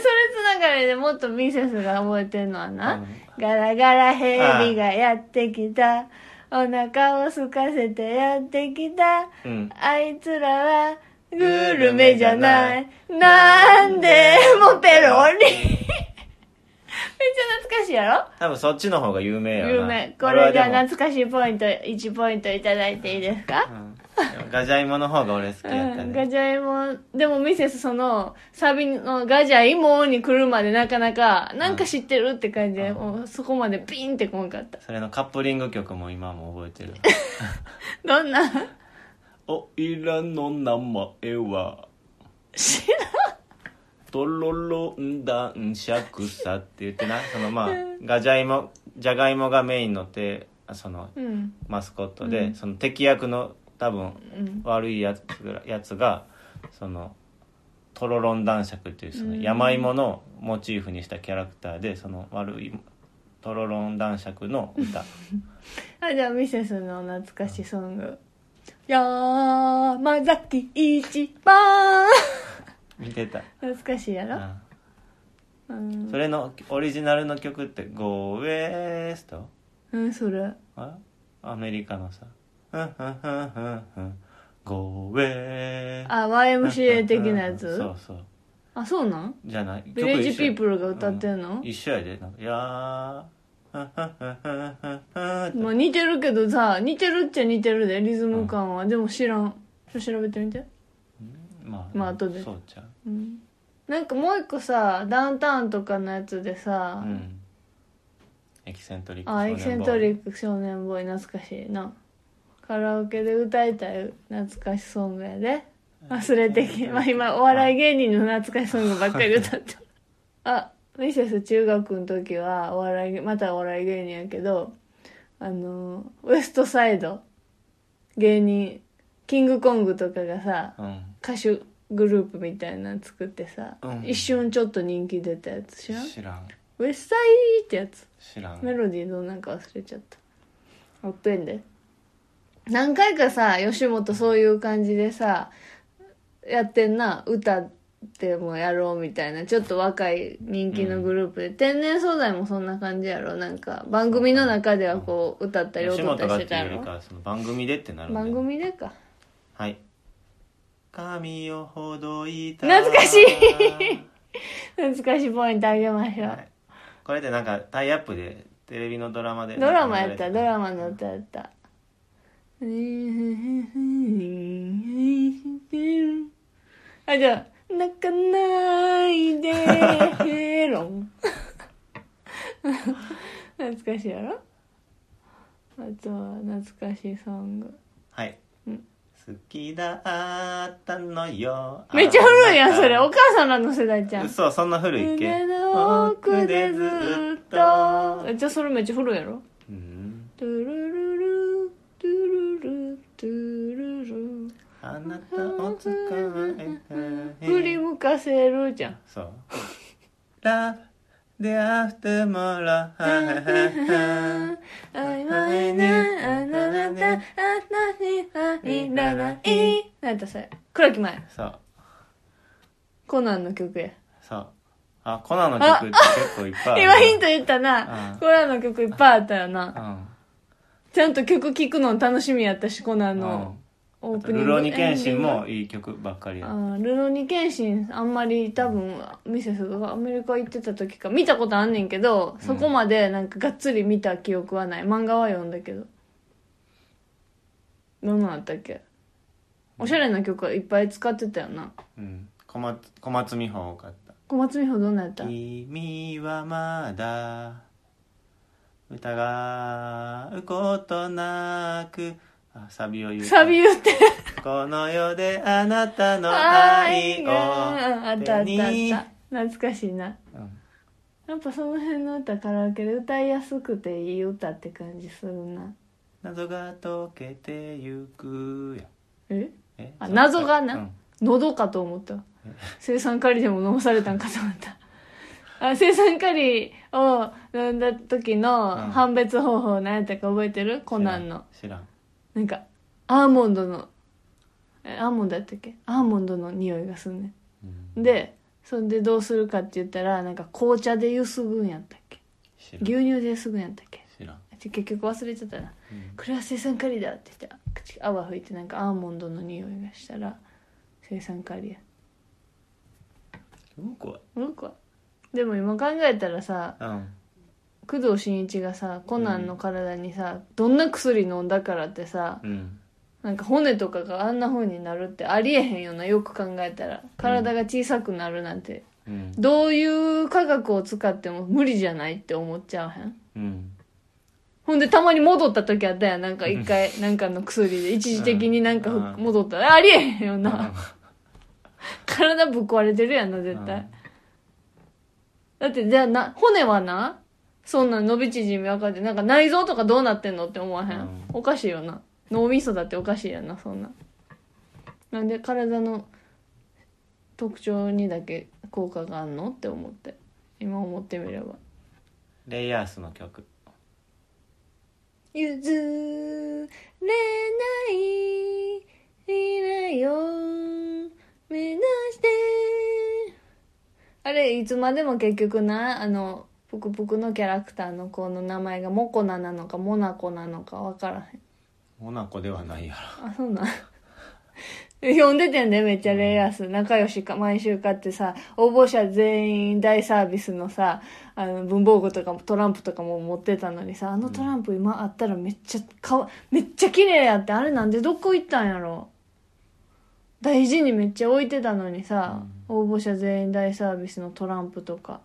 Speaker 2: つながりでもっとミセスが覚えてるのはな、
Speaker 1: うん
Speaker 2: ガラガラヘビがやってきた。お腹を空かせてやってきた。
Speaker 1: うん
Speaker 2: あいつらはグルメじゃない。なんでもペロリ。めっちゃ懐かしいやろ
Speaker 1: 多分そっちの方が有名やな
Speaker 2: 有名。これじゃ
Speaker 1: 俺はで
Speaker 2: 懐かしいポイント、1ポイントいただいていいですか
Speaker 1: もうんガジャイモの方が俺好きやった
Speaker 2: うんガ
Speaker 1: ね
Speaker 2: ジャイモでもミセスそのサビの「ガジャイモ」に来るまでなかなかなんか知ってるって感じで、
Speaker 1: うん
Speaker 2: もうそこまでピンってこんかった
Speaker 1: それのカップリング曲も今も覚え てる
Speaker 2: どんな
Speaker 1: おいらの名前は
Speaker 2: 知らん
Speaker 1: とろろん男爵さって言ってなそのまあガジャイモじゃがいもがメインのてその
Speaker 2: うん
Speaker 1: マスコットで、
Speaker 2: うん
Speaker 1: その敵役の多分
Speaker 2: うん
Speaker 1: 悪いやつがやつがそのトロロン男爵っていうその
Speaker 2: うん
Speaker 1: 山芋のモチーフにしたキャラクターでその悪いトロロン男爵の歌
Speaker 2: あじゃあミセスの懐かしソング「山崎一番
Speaker 1: 見てた」
Speaker 2: 懐かしいやろ、
Speaker 1: う
Speaker 2: うん
Speaker 1: ん、それのオリジナルの曲って「ゴーウェスト」
Speaker 2: うん、それ
Speaker 1: あアメリカのさ「ふんふんふんふんふんゴーウェス
Speaker 2: あ YMCA 的なやつ
Speaker 1: そうそう
Speaker 2: あそうなん
Speaker 1: じゃない
Speaker 2: ビレッジピープ
Speaker 1: ル
Speaker 2: ルが歌ってんの、
Speaker 1: 一緒やでなんか「やー
Speaker 2: まあ似てるけどさ似てるっちゃ似てるでリズム感は、でも知らんちょっと調べてみて
Speaker 1: ま
Speaker 2: まあ後で
Speaker 1: そうちゃう
Speaker 2: うんなんかもう一個さダウンタウンとかのやつでさ、
Speaker 1: うんエキセントリック
Speaker 2: あエキセントリ
Speaker 1: ッ
Speaker 2: ック少年ボーイ懐かしいなカラオケで歌いたい懐かしソングやで忘れてき、まあ、今お笑い芸人の懐かしソングばっかり歌ってるあミセス中学の時はお笑いまたお笑い芸人やけどあのウエストサイド芸人キングコングとかがさ
Speaker 1: うん
Speaker 2: 歌手グループみたいなの作ってさ、
Speaker 1: うん
Speaker 2: 一瞬ちょっと人気出たやつ知らん
Speaker 1: 知らん
Speaker 2: ウエストサイドってやつ
Speaker 1: 知ら
Speaker 2: メ
Speaker 1: ん
Speaker 2: ロディーどうなんか忘れちゃったあっぺんで何回かさ吉本そういう感じでさやってんな歌ってもやろうみたいなちょっと若い人気のグループで、天然素材もそんな感じやろなんか番組の中ではこう歌ったり
Speaker 1: 吉
Speaker 2: 踊っ
Speaker 1: 本
Speaker 2: たり
Speaker 1: がっ
Speaker 2: して
Speaker 1: て
Speaker 2: た
Speaker 1: いう
Speaker 2: や
Speaker 1: より
Speaker 2: ろ
Speaker 1: かその番組でってなるね
Speaker 2: 番組でか
Speaker 1: はい髪をほどいた
Speaker 2: 懐かし
Speaker 1: い
Speaker 2: 懐かしいポイントあげましょう、
Speaker 1: はいこれでなんかタイアップでテレビのドラマで
Speaker 2: ドラマやった
Speaker 1: 流れて
Speaker 2: ドラマの歌やったあじゃあ「泣かないでヘロン」懐かしいやろあとは懐かしいソング
Speaker 1: はい、
Speaker 2: うん
Speaker 1: 好きだったのよ
Speaker 2: めっちゃ古いやんそれお
Speaker 1: お
Speaker 2: 母さんらの世代じゃん
Speaker 1: そうそんな古いっけ
Speaker 2: 胸の奥でずっとえじゃあそれめっちゃ古いやろ
Speaker 1: うん
Speaker 2: トゥルルルトゥルルトゥルル
Speaker 1: あなたを使えて
Speaker 2: 振り向かせるじゃん
Speaker 1: そう「Love the aftermorrow」は
Speaker 2: 「愛はねあなたあなたにはいらない」なんだそれ黒木麻衣
Speaker 1: そう
Speaker 2: コナンの曲や
Speaker 1: そうあコナンの曲って結構いっぱいあ
Speaker 2: 今
Speaker 1: る
Speaker 2: ヒント言った
Speaker 1: う
Speaker 2: なんコナンの曲いっぱいあったよな
Speaker 1: うん
Speaker 2: ちゃんと曲聴くの楽しみやったしコナンのオ
Speaker 1: う
Speaker 2: ー
Speaker 1: ん
Speaker 2: プニング
Speaker 1: ルロニケンシンもいい曲ばっかり
Speaker 2: あ
Speaker 1: や
Speaker 2: ールロニケンシンあんまり多分ミセスがアメリカ行ってた時か見たことあんねんけどそこまでなんかがっつり見た記憶はない漫画は読んだけどどんなんあったっけおしゃれな曲はいっぱい使ってたよな
Speaker 1: うん小松小松美穂多かった
Speaker 2: 小松美穂どんなんや
Speaker 1: 「
Speaker 2: った
Speaker 1: 君はまだ疑うことなく」あサビを言う
Speaker 2: サビ言って
Speaker 1: この世であなたの愛
Speaker 2: 愛
Speaker 1: を
Speaker 2: があったあったあ
Speaker 1: 手
Speaker 2: っ
Speaker 1: に
Speaker 2: た懐かしいな
Speaker 1: うん
Speaker 2: やっぱその辺の歌カラオケで歌いやすくていい歌って感じするな
Speaker 1: 謎が解けてゆくや
Speaker 2: え
Speaker 1: え
Speaker 2: あ謎がな
Speaker 1: うん
Speaker 2: 喉かと思った生酸カリでも飲まされたんかと思ったあ生酸カリを飲んだ時の
Speaker 1: うん
Speaker 2: 判別方法何やったか覚えてるコナンの
Speaker 1: 知らん
Speaker 2: なんかアーモンドのえアーモンドやったっけアーモンドの匂いがすんね
Speaker 1: 知らん、うん
Speaker 2: んでそんでどうするかって言ったらなんか紅茶でゆすぐんやったっけ
Speaker 1: 知らん
Speaker 2: 牛乳でゆすぐんやったっけ
Speaker 1: 知らん、
Speaker 2: あちょ結局忘れちゃったな
Speaker 1: うん
Speaker 2: これは生酸カリだって言って口泡吹いてなんかアーモンドの匂いがしたら生酸カリや
Speaker 1: うん、怖い
Speaker 2: うん怖いでも今考えたらさ
Speaker 1: うん
Speaker 2: 工藤新一がさコナンの体にさ、どんな薬飲んだからってさ
Speaker 1: うん
Speaker 2: なんか骨とかがあんな風になるってありえへんよなよく考えたら体が小さくなるなんて、
Speaker 1: うん
Speaker 2: どういう科学を使っても無理じゃないって思っちゃわへん
Speaker 1: うん
Speaker 2: ほんでたまに戻った時あったやんなんか一回なんかの薬で一時的になんか
Speaker 1: うん
Speaker 2: ふ戻ったありえへんよ
Speaker 1: う
Speaker 2: なん体ぶっ壊れてるやんな絶対だってじゃあな骨はなそんな伸び縮み分かってなんか内臓とかどうなってんのって思わへん、
Speaker 1: うん
Speaker 2: おかしいよな脳みそだっておかしいやんなそんななんで体の特徴にだけ効果があんのって思って今思ってみれば
Speaker 1: レイヤースの曲
Speaker 2: 譲れない未来を目指してあれいつまでも結局なあのぷくぷくのキャラクターの子の名前がモコナなのかモナコなのかわからへん
Speaker 1: モナコではないや
Speaker 2: あそうなん読んでてんで、めっちゃレイアス。仲良しか、毎週買ってさ、応募者全員大サービスのさ、あの、文房具とかもトランプとかも持ってたのにさ、あのトランプ今あったらめっちゃかわ、めっちゃ綺麗やって、あれなんでどこ行ったんやろ大事にめっちゃ置いてたのにさ、応募者全員大サービスのトランプとか。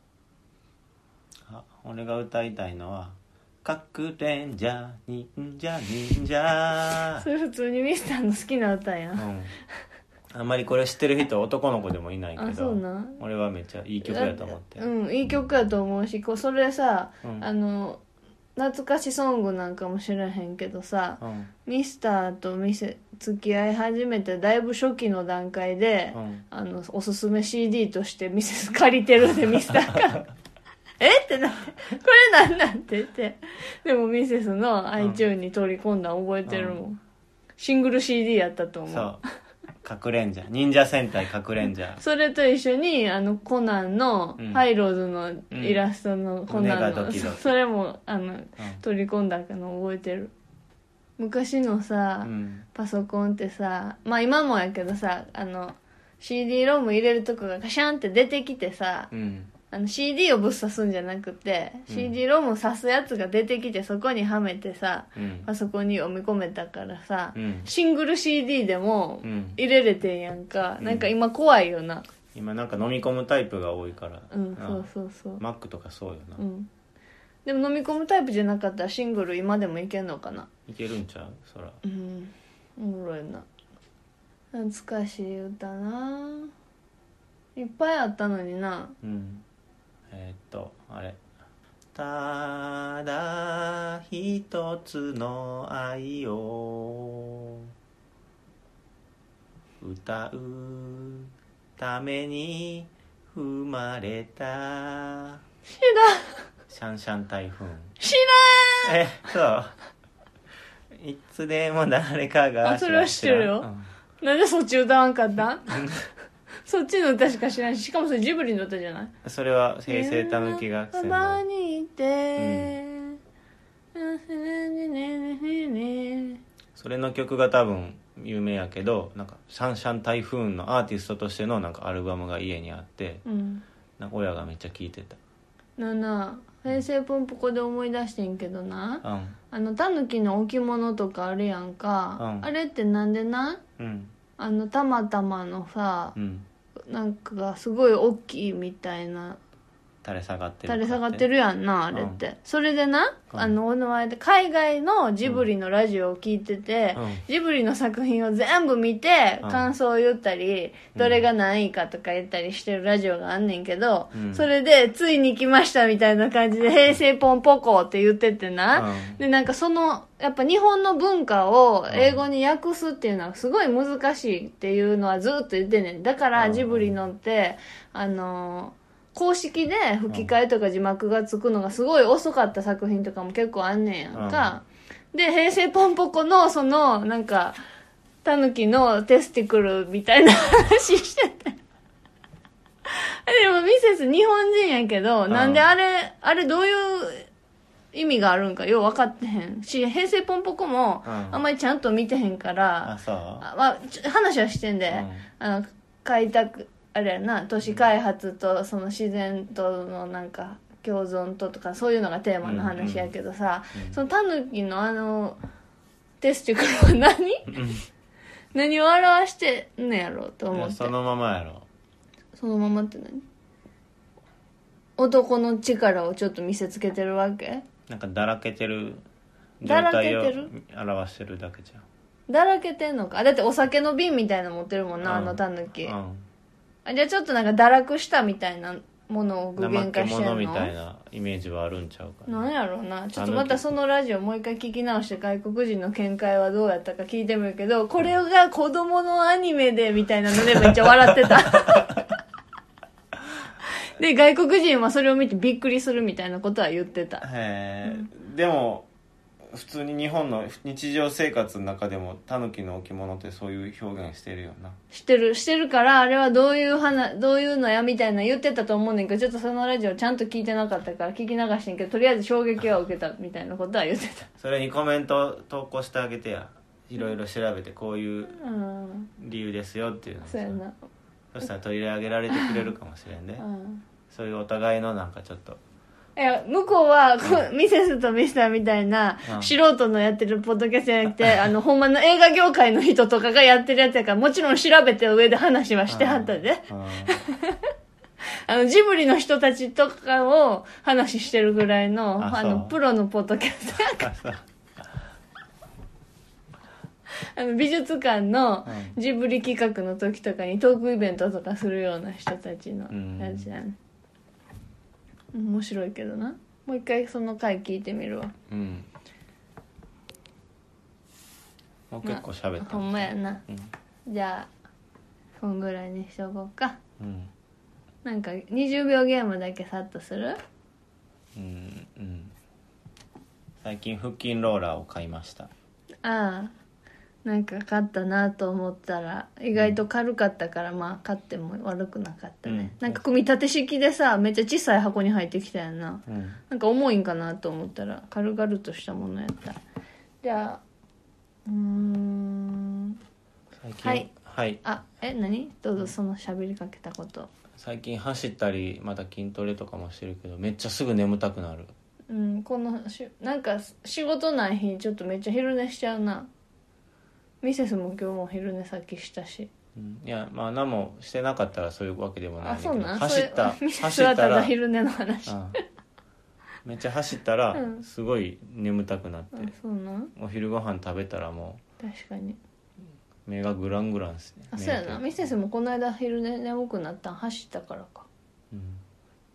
Speaker 1: あ俺が歌いたいのは「かくれんじゃ忍者忍者
Speaker 2: そ」れ普通にミスターの好きな歌や。
Speaker 1: うんん、あんまりこれ知ってる人男の子でもいないけ
Speaker 2: あ、
Speaker 1: ど
Speaker 2: そうなん
Speaker 1: 俺はめっちゃいい曲やと思って、
Speaker 2: うんいい曲やと思うしこうそれさ、
Speaker 1: うん
Speaker 2: あの懐かしソングなんかもしれへんけどさ、
Speaker 1: うん
Speaker 2: ミスターとミセ付き合い始めてだいぶ初期の段階で、
Speaker 1: うん
Speaker 2: あのおすすめ CD としてミセス借りてるん でミスターがえってなってこれなんなんって言ってでもミセスの iTune に取り込んだん覚えてるもん、シングル CD やったと思
Speaker 1: そう「かくれんじゃ忍者戦隊かくれんじゃ
Speaker 2: それと一緒にあのコナンの
Speaker 1: うん
Speaker 2: ハイローズのイラストのコナ
Speaker 1: 胸
Speaker 2: ン
Speaker 1: が
Speaker 2: の、
Speaker 1: ドキドキ
Speaker 2: それもあの取り込んだの覚えてる昔のさ、
Speaker 1: うん
Speaker 2: パソコンってさまあ今もやけどさあの CD ローム入れるとこがカシャンって出てきてさ
Speaker 1: うん
Speaker 2: あの CD をぶっ刺すんじゃなくて、
Speaker 1: うん
Speaker 2: CD ロームを刺すやつが出てきてそこにはめてさ
Speaker 1: うん
Speaker 2: パソコンに読み込めたからさ、
Speaker 1: うん
Speaker 2: シングル CD でも
Speaker 1: うん
Speaker 2: 入れれてんやんか、
Speaker 1: うん
Speaker 2: なんか今怖いよな
Speaker 1: 今なんか飲み込むタイプが多いから
Speaker 2: うん
Speaker 1: な
Speaker 2: そうそうそう
Speaker 1: マックとかそうよな、
Speaker 2: うんでも飲み込むタイプじゃなかったらシングル今でもいけんのかない
Speaker 1: けるんちゃうそら
Speaker 2: うんおもろいな懐かしい歌ないっぱいあったのにな
Speaker 1: うんえーっとあれ「ただ一つの愛を歌うために生まれた」
Speaker 2: 知らん
Speaker 1: シャンシャン台風
Speaker 2: 知
Speaker 1: えそういつでも誰かが
Speaker 2: あそれは知ってるよらんなんでそっち歌わんかったんそっちの歌しか知らんししかもそれジブリの歌じゃない
Speaker 1: うんそれは平成たぬき学生
Speaker 2: そば
Speaker 1: の
Speaker 2: にいて、
Speaker 1: それの曲が多分有名やけどなんかシャンシャン台風のアーティストとしてのなんかアルバムが家にあって
Speaker 2: うん
Speaker 1: なんか親がめっちゃ聴いてた
Speaker 2: なあなあ平成ポンポコで思い出してんけどな
Speaker 1: うん
Speaker 2: あのタヌキの置物とかあるやんか、
Speaker 1: うん
Speaker 2: あれってなんでな
Speaker 1: うん
Speaker 2: あのたまたまのさ
Speaker 1: う、ん
Speaker 2: なんかがすごい大きいみたいな
Speaker 1: 垂れ下がってる
Speaker 2: 垂れ下がって
Speaker 1: る
Speaker 2: るやんなあれって、それでな、
Speaker 1: うん
Speaker 2: あのお名前で海外のジブリのラジオを聞いてて、
Speaker 1: うん
Speaker 2: ジブリの作品を全部見て
Speaker 1: うん
Speaker 2: 感想を言ったり、どれが何位かとか言ったりしてるラジオがあんねんけど、
Speaker 1: うん
Speaker 2: それでついに来ましたみたいな感じで「平成ポンポコ」って言っててな、
Speaker 1: うん
Speaker 2: でなんかそのやっぱ日本の文化を英語に訳すっていうのはすごい難しいっていうのはずっと言ってんねんだか
Speaker 1: う
Speaker 2: ら
Speaker 1: ん
Speaker 2: ジブリのってあのー公式で吹き替えとか字幕がつくのがすごい遅かった作品とかも結構あんねんやんか、で平成ポンポコのそのなんかタヌキのテスティクルみたいな話してて でもミセス日本人やけど、
Speaker 1: うん
Speaker 2: なんであれあれどういう意味があるんかよう分かってへんし平成ポンポコも
Speaker 1: うん
Speaker 2: あんまりちゃんと見てへんか
Speaker 1: あ
Speaker 2: ら、
Speaker 1: そう
Speaker 2: あまあ、ちょ話はしてんで、あの開拓あれやな都市開発とその自然とのなんか共存ととかそういうのがテーマの話やけどさ、
Speaker 1: うん
Speaker 2: そのタヌキのあのテスチュクルは何
Speaker 1: うんうん
Speaker 2: 何を表してんのやろうと
Speaker 1: い
Speaker 2: 思っ
Speaker 1: や
Speaker 2: て
Speaker 1: そのままやろ
Speaker 2: そのままって何男の力をちょっと見せつけてるわけ
Speaker 1: なんかだらけてる状
Speaker 2: だらけて
Speaker 1: 態を
Speaker 2: る
Speaker 1: 表してるだけじゃ
Speaker 2: だらけてんのかあだってお酒の瓶みたいなの持ってるもんな、
Speaker 1: うん
Speaker 2: あのタヌキ、
Speaker 1: ん、うん、
Speaker 2: あじゃあちょっとなんか堕落したみたいなものを具現
Speaker 1: 怠け
Speaker 2: 化してん
Speaker 1: 者み
Speaker 2: の
Speaker 1: たいなイメージはあるんちゃうかな
Speaker 2: なんやろうなちょっとまた
Speaker 1: 狸
Speaker 2: そのラジオもう一回聞き直して外国人の見解はどうやったか聞いてみるけどこれが子供のアニメでみたいなのでめっちゃ笑ってた で外国人はそれを見てびっくりするみたいなことは言ってた
Speaker 1: へえ、でも普通に日本の日常生活の中でもタヌキの置物ってそういう表現してるよな
Speaker 2: してるしてるからあれはどういう話どういうのやみたいな言ってたと思うねんけどちょっとそのラジオちゃんと聞いてなかったから聞き流してんけどとりあえず衝撃は受けたみたいなことは言ってた
Speaker 1: それにコメント投稿してあげてやいろいろ調べてこういう
Speaker 2: うん
Speaker 1: 理由ですよっていうのを
Speaker 2: そうやな
Speaker 1: そしたら取り上げられてくれるかもしれんね
Speaker 2: うん
Speaker 1: そういうお互いのなんかちょっと
Speaker 2: え向こうはこうミセスとミスターみたいな
Speaker 1: うん
Speaker 2: 素人のやってるポッドキャストじゃなくてあのほんまの映画業界の人とかがやってるやつやからもちろん調べて上で話はしてはったで
Speaker 1: うんうん
Speaker 2: あのジブリの人たちとかを話してるぐらいの
Speaker 1: あ
Speaker 2: あの
Speaker 1: そう
Speaker 2: プロのポッドキャストや
Speaker 1: あそう
Speaker 2: あの美術館の
Speaker 1: う
Speaker 2: ジブリ企画の時とかにトークイベントとかするような人たちの
Speaker 1: うん
Speaker 2: やつやね、面白いけどなもう一回その回聞いてみるわ
Speaker 1: うんもう結構喋った
Speaker 2: ほんまやな
Speaker 1: うん
Speaker 2: じゃあこんぐらいにしとこうか
Speaker 1: うん
Speaker 2: なんか20秒ゲームだけサッとする
Speaker 1: うんうん最近腹筋ローラーを買いました
Speaker 2: ああなんか勝ったなと思ったら意外と軽かったから、まあ勝っても悪くなかったね、
Speaker 1: うん
Speaker 2: なんか組み立て式でさめっちゃ小さい箱に入ってきたやんな
Speaker 1: うん
Speaker 2: なんか重いんかなと思ったら軽々としたものやったじゃあうーん
Speaker 1: 最近
Speaker 2: はい
Speaker 1: はい
Speaker 2: あえ何どうぞその喋りかけたこと
Speaker 1: 最近走ったりまた筋トレとかもしてるけどめっちゃすぐ眠たくなる
Speaker 2: うんこのしなんか仕事ない日ちょっとめっちゃ昼寝しちゃうなミセスも今日も昼寝さっきしたし
Speaker 1: うんいやまあ何もしてなかったらそういうわけでもない
Speaker 2: あ
Speaker 1: んだけ
Speaker 2: そ
Speaker 1: ど
Speaker 2: う なん
Speaker 1: 走った
Speaker 2: それミセ
Speaker 1: 走
Speaker 2: スは
Speaker 1: ったた
Speaker 2: だ
Speaker 1: ら
Speaker 2: 昼寝の話あ
Speaker 1: うんめっちゃ走ったら
Speaker 2: うん
Speaker 1: すごい眠たくなって、
Speaker 2: そうなん
Speaker 1: お昼ご飯食べたらも
Speaker 2: 確かに
Speaker 1: う目がグラングランですね
Speaker 2: あそうやなミセスもこの間昼寝眠くなったん走ったからか
Speaker 1: うん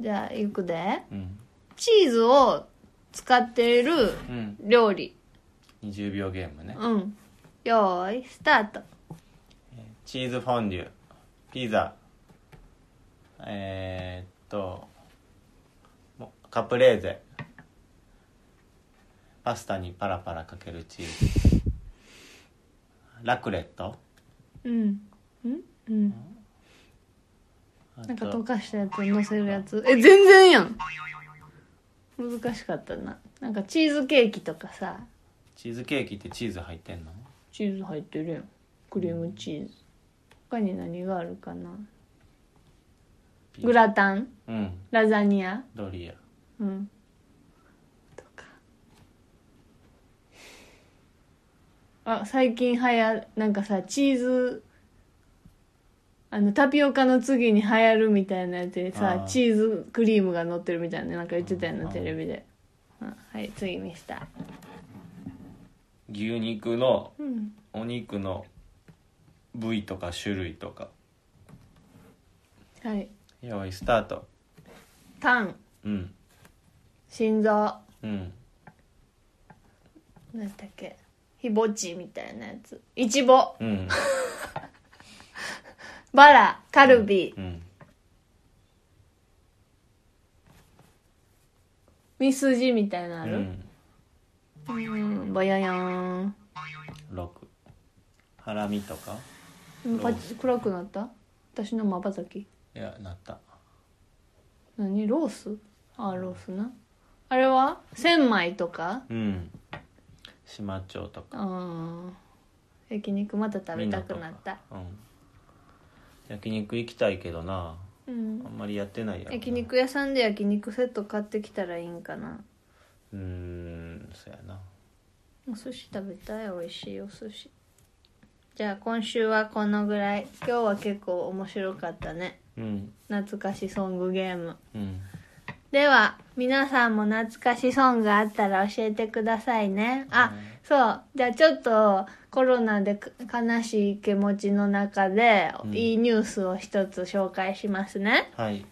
Speaker 2: じゃあ行くで
Speaker 1: うん、
Speaker 2: チーズを使っている
Speaker 1: うん、
Speaker 2: 料理
Speaker 1: 20秒ゲームね、
Speaker 2: うんよーいスタート
Speaker 1: チーズフォンデュピザえー、っともカプレーゼパスタにパラパラかけるチーズラクレット
Speaker 2: うんうんうん
Speaker 1: あ
Speaker 2: なんか
Speaker 1: と
Speaker 2: 溶かしたやつ乗せるやつえ全然やん難しかったななんかチーズケーキとかさ
Speaker 1: チーズケーキってチーズ入ってんの
Speaker 2: チーズ入ってるやんクリームチーズ他に何があるかなグラタン
Speaker 1: うん
Speaker 2: ラザニア
Speaker 1: ドリア
Speaker 2: うんとかあ最近はやなんかさチーズあのタピオカの次に流行るみたいなやつでさ
Speaker 1: あー
Speaker 2: チーズクリームが乗ってるみたいななんか言ってたよ
Speaker 1: うん
Speaker 2: な
Speaker 1: うん
Speaker 2: テレビで、うんはい次見した
Speaker 1: 牛肉の
Speaker 2: うん
Speaker 1: お肉の部位とか種類とか
Speaker 2: はい
Speaker 1: 用意スタート
Speaker 2: タン
Speaker 1: うん
Speaker 2: 心臓な
Speaker 1: うん
Speaker 2: んだったっけひぼちみたいなやついちご
Speaker 1: うん
Speaker 2: バラカルビ、
Speaker 1: うん
Speaker 2: ミスジみたいなのあ
Speaker 1: う
Speaker 2: る、
Speaker 1: ん
Speaker 2: うん、ぼよよーん。
Speaker 1: 六ハラミとか
Speaker 2: パチ暗くなった私のまばたき。
Speaker 1: いやなった
Speaker 2: 何ロースあー、ロースな。あれは千枚とか
Speaker 1: うん島町とか
Speaker 2: うん。焼肉また食べたくなった。
Speaker 1: うん焼肉行きたいけどな
Speaker 2: う
Speaker 1: あ
Speaker 2: ん。
Speaker 1: んまりやってないやろな
Speaker 2: 焼肉屋さんで焼肉セット買ってきたらいいんかな。
Speaker 1: うーんそやな
Speaker 2: お寿司食べたい美味しいお寿司。じゃあ今週はこのぐらい。今日は結構面白かったね。
Speaker 1: うん
Speaker 2: 懐かしソングゲーム。
Speaker 1: うん
Speaker 2: では皆さんも懐かしソングがあったら教えてくださいねあ、そうじゃあちょっとコロナでく悲しい気持ちの中で、
Speaker 1: うん
Speaker 2: いいニュースを一つ紹介しますね
Speaker 1: はい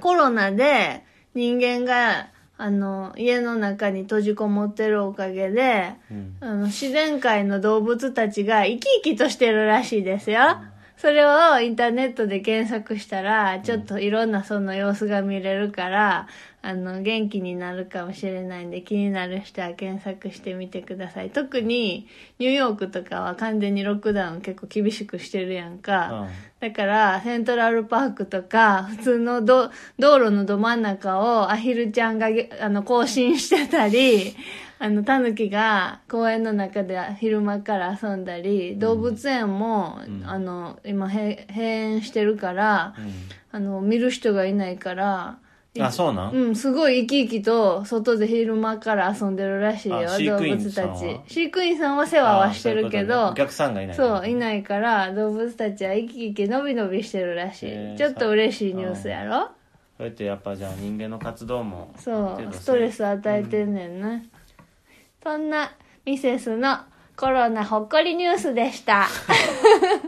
Speaker 2: コロナで人間があの家の中に閉じこもってるおかげで
Speaker 1: うん
Speaker 2: あの自然界の動物たちが生き生きとしてるらしいですよ。それをインターネットで検索したら、ちょっといろんなその様子が見れるから、あの元気になるかもしれないんで気になる人は検索してみてください特にニューヨークとかは完全にロックダウン結構厳しくしてるやんか、
Speaker 1: うん
Speaker 2: だから、セントラルパークとか、普通のど道路のど真ん中をアヒルちゃんがげあの行進してたり、あの、タヌキが公園の中で昼間から遊んだり、動物園も、
Speaker 1: うん
Speaker 2: あの、今閉閉園してるから、あの、見る人がいないから、
Speaker 1: うんあそうなん、
Speaker 2: うん、すごい生き生きと外で昼間から遊んでるらしいよ
Speaker 1: あ、飼
Speaker 2: 動
Speaker 1: 育員
Speaker 2: 物
Speaker 1: さ
Speaker 2: た
Speaker 1: んは
Speaker 2: ち。飼育員さんは世話はしてるけど、
Speaker 1: あーそういうことねお客さんがいない
Speaker 2: そういないから動物たちは生き生きのびのびしてるらし
Speaker 1: へ
Speaker 2: い
Speaker 1: ー
Speaker 2: ちょっと嬉しいニュースやろ
Speaker 1: そうやってやっぱじゃあ人間の活動も
Speaker 2: そ
Speaker 1: ていう
Speaker 2: う
Speaker 1: か
Speaker 2: ストレス与えてんねんな、そんなミセスのコロナほっこりニュースでした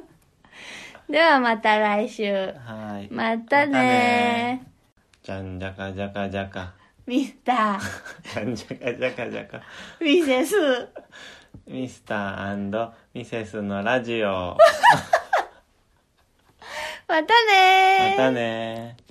Speaker 2: ではまた来週
Speaker 1: はい
Speaker 2: またね
Speaker 1: じゃんじゃかじゃかじゃか
Speaker 2: ミ スター
Speaker 1: じゃんじゃかじゃかじゃか
Speaker 2: ミセス
Speaker 1: ミスターミセスのラジオ
Speaker 2: またね
Speaker 1: またねー